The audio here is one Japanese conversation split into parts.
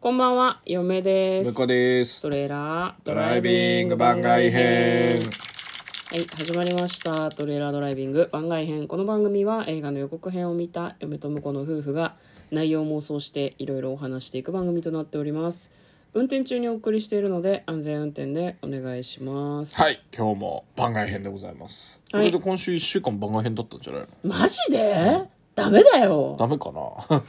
こんばんは、嫁です。向こうですトレーラードドライビング番外編はい、始まりました。トレーラードライビング番外編。この番組は映画の予告編を見た嫁と婿の夫婦が内容を妄想していろいろお話していく番組となっております。運転中にお送りしているので安全運転でお願いします。はい今日も番外編でございます、はいこれで今週1週間番外編だったんじゃないのマジでダメだよ。ダメかな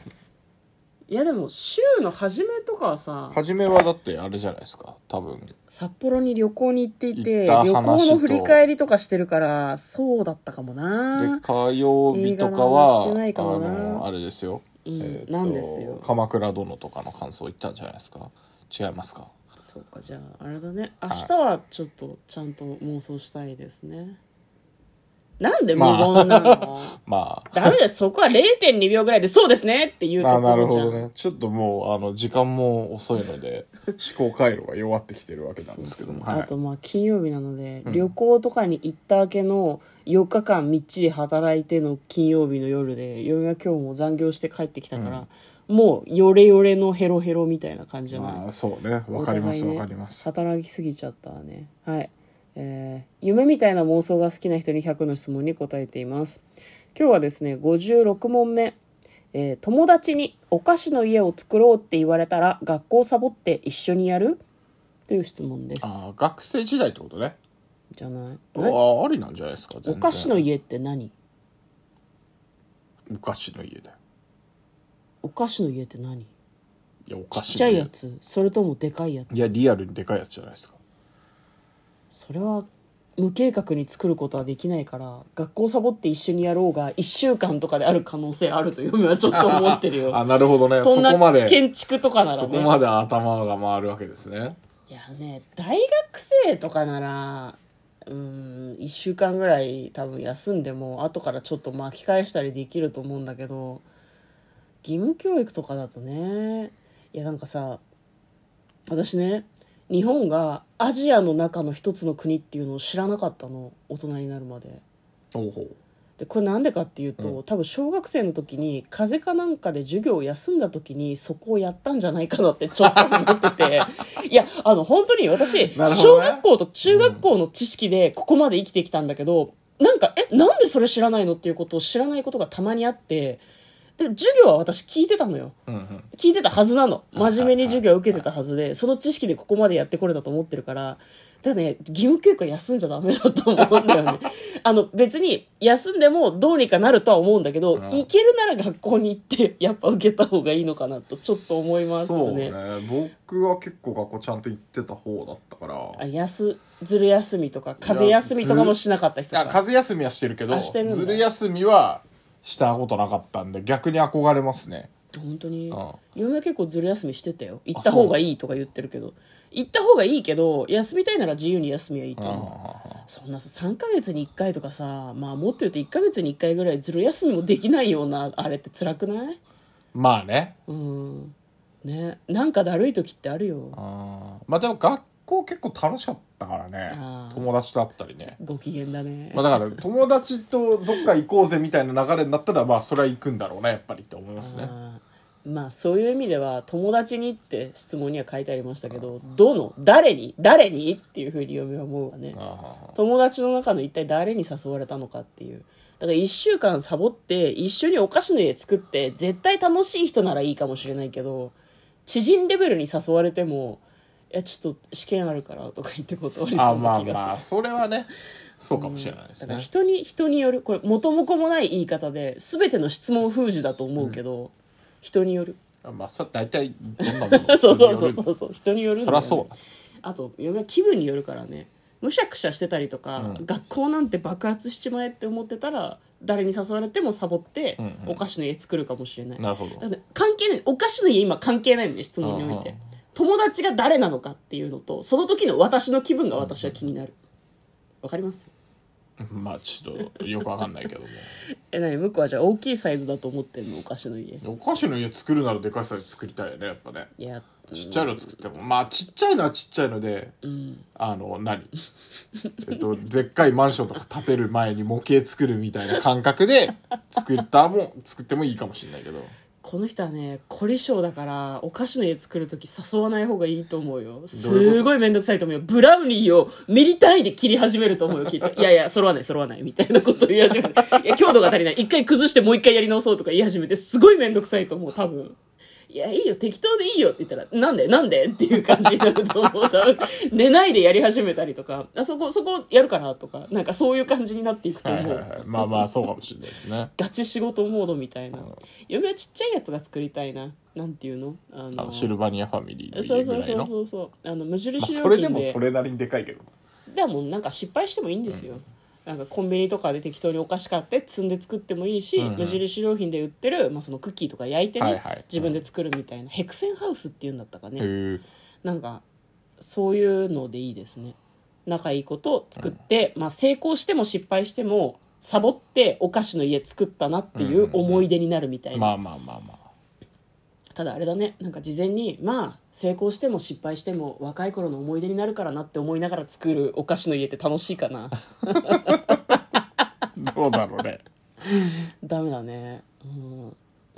いやでも週の初めとかはさ、 初めはだってあれじゃないですか多分札幌に旅行に行っていて、行った旅話と行の振り返りとかしてるから、そうだったかもなで。火曜日とかは映画の話してないかもなあのあれですよ、うんえーとなんですよ鎌倉殿とかの感想言ったんじゃないですか違いますかそうか、じゃあ、あれだね。明日はちょっとちゃんと妄想したいですね。なんで無言なの、まあ ダメだよ、そこは0.2秒ぐらいで、そうですねって言うとあこなるろほじゃん。どねちょっともうあの時間も遅いの で思考回路が弱ってきてるわけなんですけどもはいあとまあ金曜日なので、旅行とかに行った明けの4日間みっちり働いての金曜日の夜で嫁は今日も残業して帰ってきたから、もうヨレヨレのヘロヘロみたいな感じじゃない、まあそうねわかりますお互いねわ、かります働きすぎちゃったわねはい、えー夢みたいな妄想が好きな人に100の質問に答えています今日はですね56問目、えー友達にお菓子の家を作ろうって言われたら学校サボって一緒にやるという質問ですあー学生時代ってことねじゃないあなーありなんじゃないですか全然お菓子の家って何お菓子の家だよお菓子の家って何いやおち菓っ子ちゃいやつそれともでかいやついやリアルにでかいやつじゃないですかそれは無計画に作ることはできないから学校サボって一緒にやろうが1週間とかである可能性あると嫁はちょっと思ってるあよなるほどねそそんなこまで建築とかならそねこまで頭が回るわけですねいやね大学生とかならうん1週間ぐらい多分休んでも後からちょっと巻き返したりできると思うんだけど義務教育とかだとねいやなんかさ私ね日本がアジアの中の一つの国っていうのを知らなかったの大人になるまで。ほうほうでこれなんでかっていうと、多分小学生の時に風邪かなんかで授業を休んだ時にそこをやったんじゃないかなってちょっと思って ていやあの本当に私、なるほ小どね学校と中学校の知識でここまで生きてきたんだけど、なんかえなんでそれ知らないのっていうことを知らないことがたまにあってで授業は私聞いてたのよ。うんうん聞いてたはずなの真面目に授業を受けてたはずでその知識でここまでやってこれたと思ってるからだね義務教育は休んじゃダメだと思うんだ よねあの別に休んでもどうにかなるとは思うんだけど、うん行けるなら学校に行って やっぱ受けた方がいいのかなとちょっと思いますそうねね僕は結構学校ちゃんと行ってた方だったからあ休ずる休みとか風休みとかもしなかった人あとか風休みはしてるけどあしてるんだずる休みはしたことなかったんで逆に憧れますね本当にうん嫁は結構ずる休みしてたよ行った方がいいとか言ってるけど行った方がいいけど休みたいなら自由に休みはいいとうんうんう思んうそんなさ3ヶ月に1回とかさまあもっと言うと1ヶ月に1回ぐらいずる休みもできないようなあれって辛くないまあねうんねなんかだるい時ってあるよあーまあでも学校結構楽しかったからあねー友達と会ったりねご機嫌だね、まあだから友達とどっか行こうぜみたいな流れになったらまあそれは行くんだろうねやっぱりって思いますねあーまあそういう意味では友達にって質問には書いてありましたけどどの誰に誰にっていうふうに嫁は思うわねあ友達の中の一体誰に誘われたのかっていうだから1週間サボって一緒にお菓子の家作って絶対楽しい人ならいいかもしれないけど知人レベルに誘われても「いやちょっと試験あるから」とか言って断りーあそうまなあ気がする。まあそれはねそうかもしれないですだからね人に人によるこれ元も子もない言い方で全ての質問封じだと思うけど、人によるまあそれ大体どんなもの そうそうそうそうそう人によるんそだりよゃねそうだあと嫁は気分によるからねむしゃくしゃしてたりとか、うん学校なんて爆発しちまえって思ってたら誰に誘われてもサボって、うんうんお菓子の家作るかもしれないなるほどだって関係ないお菓子の家今関係ないのね質問において、うんうん友達が誰なのかっていうのとその時の私の気分が私は気になるわかりますまあちょっとよくわかんないけどもえ何向こうはじゃあ大きいサイズだと思ってんのお菓子の家お菓子の家作るならでかいサイズ作りたいよねやっぱねいやちっちゃいの作ってもまあちっちゃいのはちっちゃいのでうんあの何 えっとでっかいマンションとか建てる前に模型作るみたいな感覚で作ったらもう作ってもいいかもしれないけどこの人はね凝り性だからお菓子の家作る時誘わない方がいいと思うよどういうことすごい面倒くさいと思うよブラウニーをミリ単位で切り始めると思うよ きっといやいや揃わない揃わないみたいなことを言い始めていや強度が足りない一回崩してもう一回やり直そうとか言い始めてすごい面倒くさいと思う多分いやいいよ適当でいいよって言ったらなんでなんでっていう感じになると思う多分寝ないでやり始めたりとかあそこそこやるからとかなんかそういう感じになっていくとは思、いうはいはい。まあまあ、そうかもしれないですね。ガチ仕事モードみたいな、ん嫁はちっちゃいやつが作りたいななんていうのああの、シルバニアファミリーのそう家そぐうらいそうの。そうそうあの無まあ、印良それで品もでそれなりにでかいけど。でもなんか失敗してもいいんですよ、なんかコンビニとかで適当にお菓子買って積んで作ってもいいし、うんうん無印良品で売ってる、まあ、そのクッキーとか焼いてね、はいはい自分で作るみたいな、ヘクセンハウスっていうんだったかね、へえ。なんかそういうのでいいですね仲いいことを作って、まあ、成功しても失敗してもサボってお菓子の家作ったなっていう思い出になるみたいな、まあまあまあまあ。ただあれだねなんか事前にまあ成功しても失敗しても若い頃の思い出になるからなって思いながら作るお菓子の家って楽しいかな どうだろうね。 ダメだね、うん、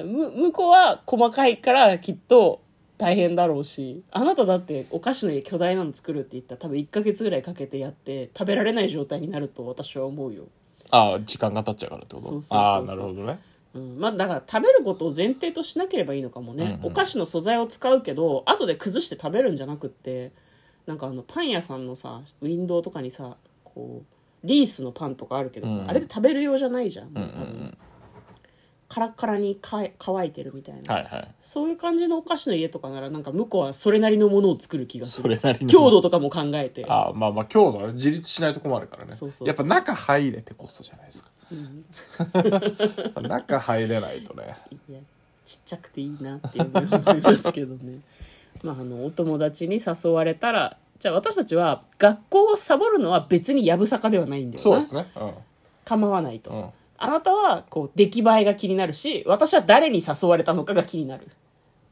む向こうは細かいからきっと大変だろうしあなただってお菓子の家巨大なの作るって言ったら多分1ヶ月ぐらいかけてやって食べられない状態になると私は思うよ、ああ、時間が経っちゃうからってことそうそうそうそうああ、なるほどね。うん、まあだから食べることを前提としなければいいのかもね、うんうんお菓子の素材を使うけど後で崩して食べるんじゃなくってなんかあのパン屋さんのさウィンドウとかにさこうリースのパンとかあるけどさ、うんうんあれって食べる用じゃないじゃんうんもううん多分、うん。カラッカラにかえ乾いてるみたいな、はいはい。そういう感じのお菓子の家とかならなんか向こうはそれなりのものを作る気がすそるれなりの。強度とかも考えてああ、まあまあ、強度は自立しないとこもあるからね。そうそうやっぱ中入れてこそじゃないですか。やっぱ中入れないとね。いやちっちゃくていいなっていうふうに思いますけどね まああのお友達に誘われたらじゃあ私たちは学校をサボるのは別にやぶさかではないんだよなそうですね。構わないと、うん。うん。あなたはこう出来栄えが気になるし私は誰に誘われたのかが気になる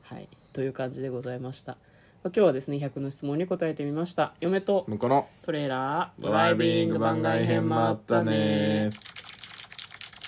はいという感じでございましたまあ今日はですね100の質問に答えてみました嫁と向こうのトレーラードドライビング番外編もあったね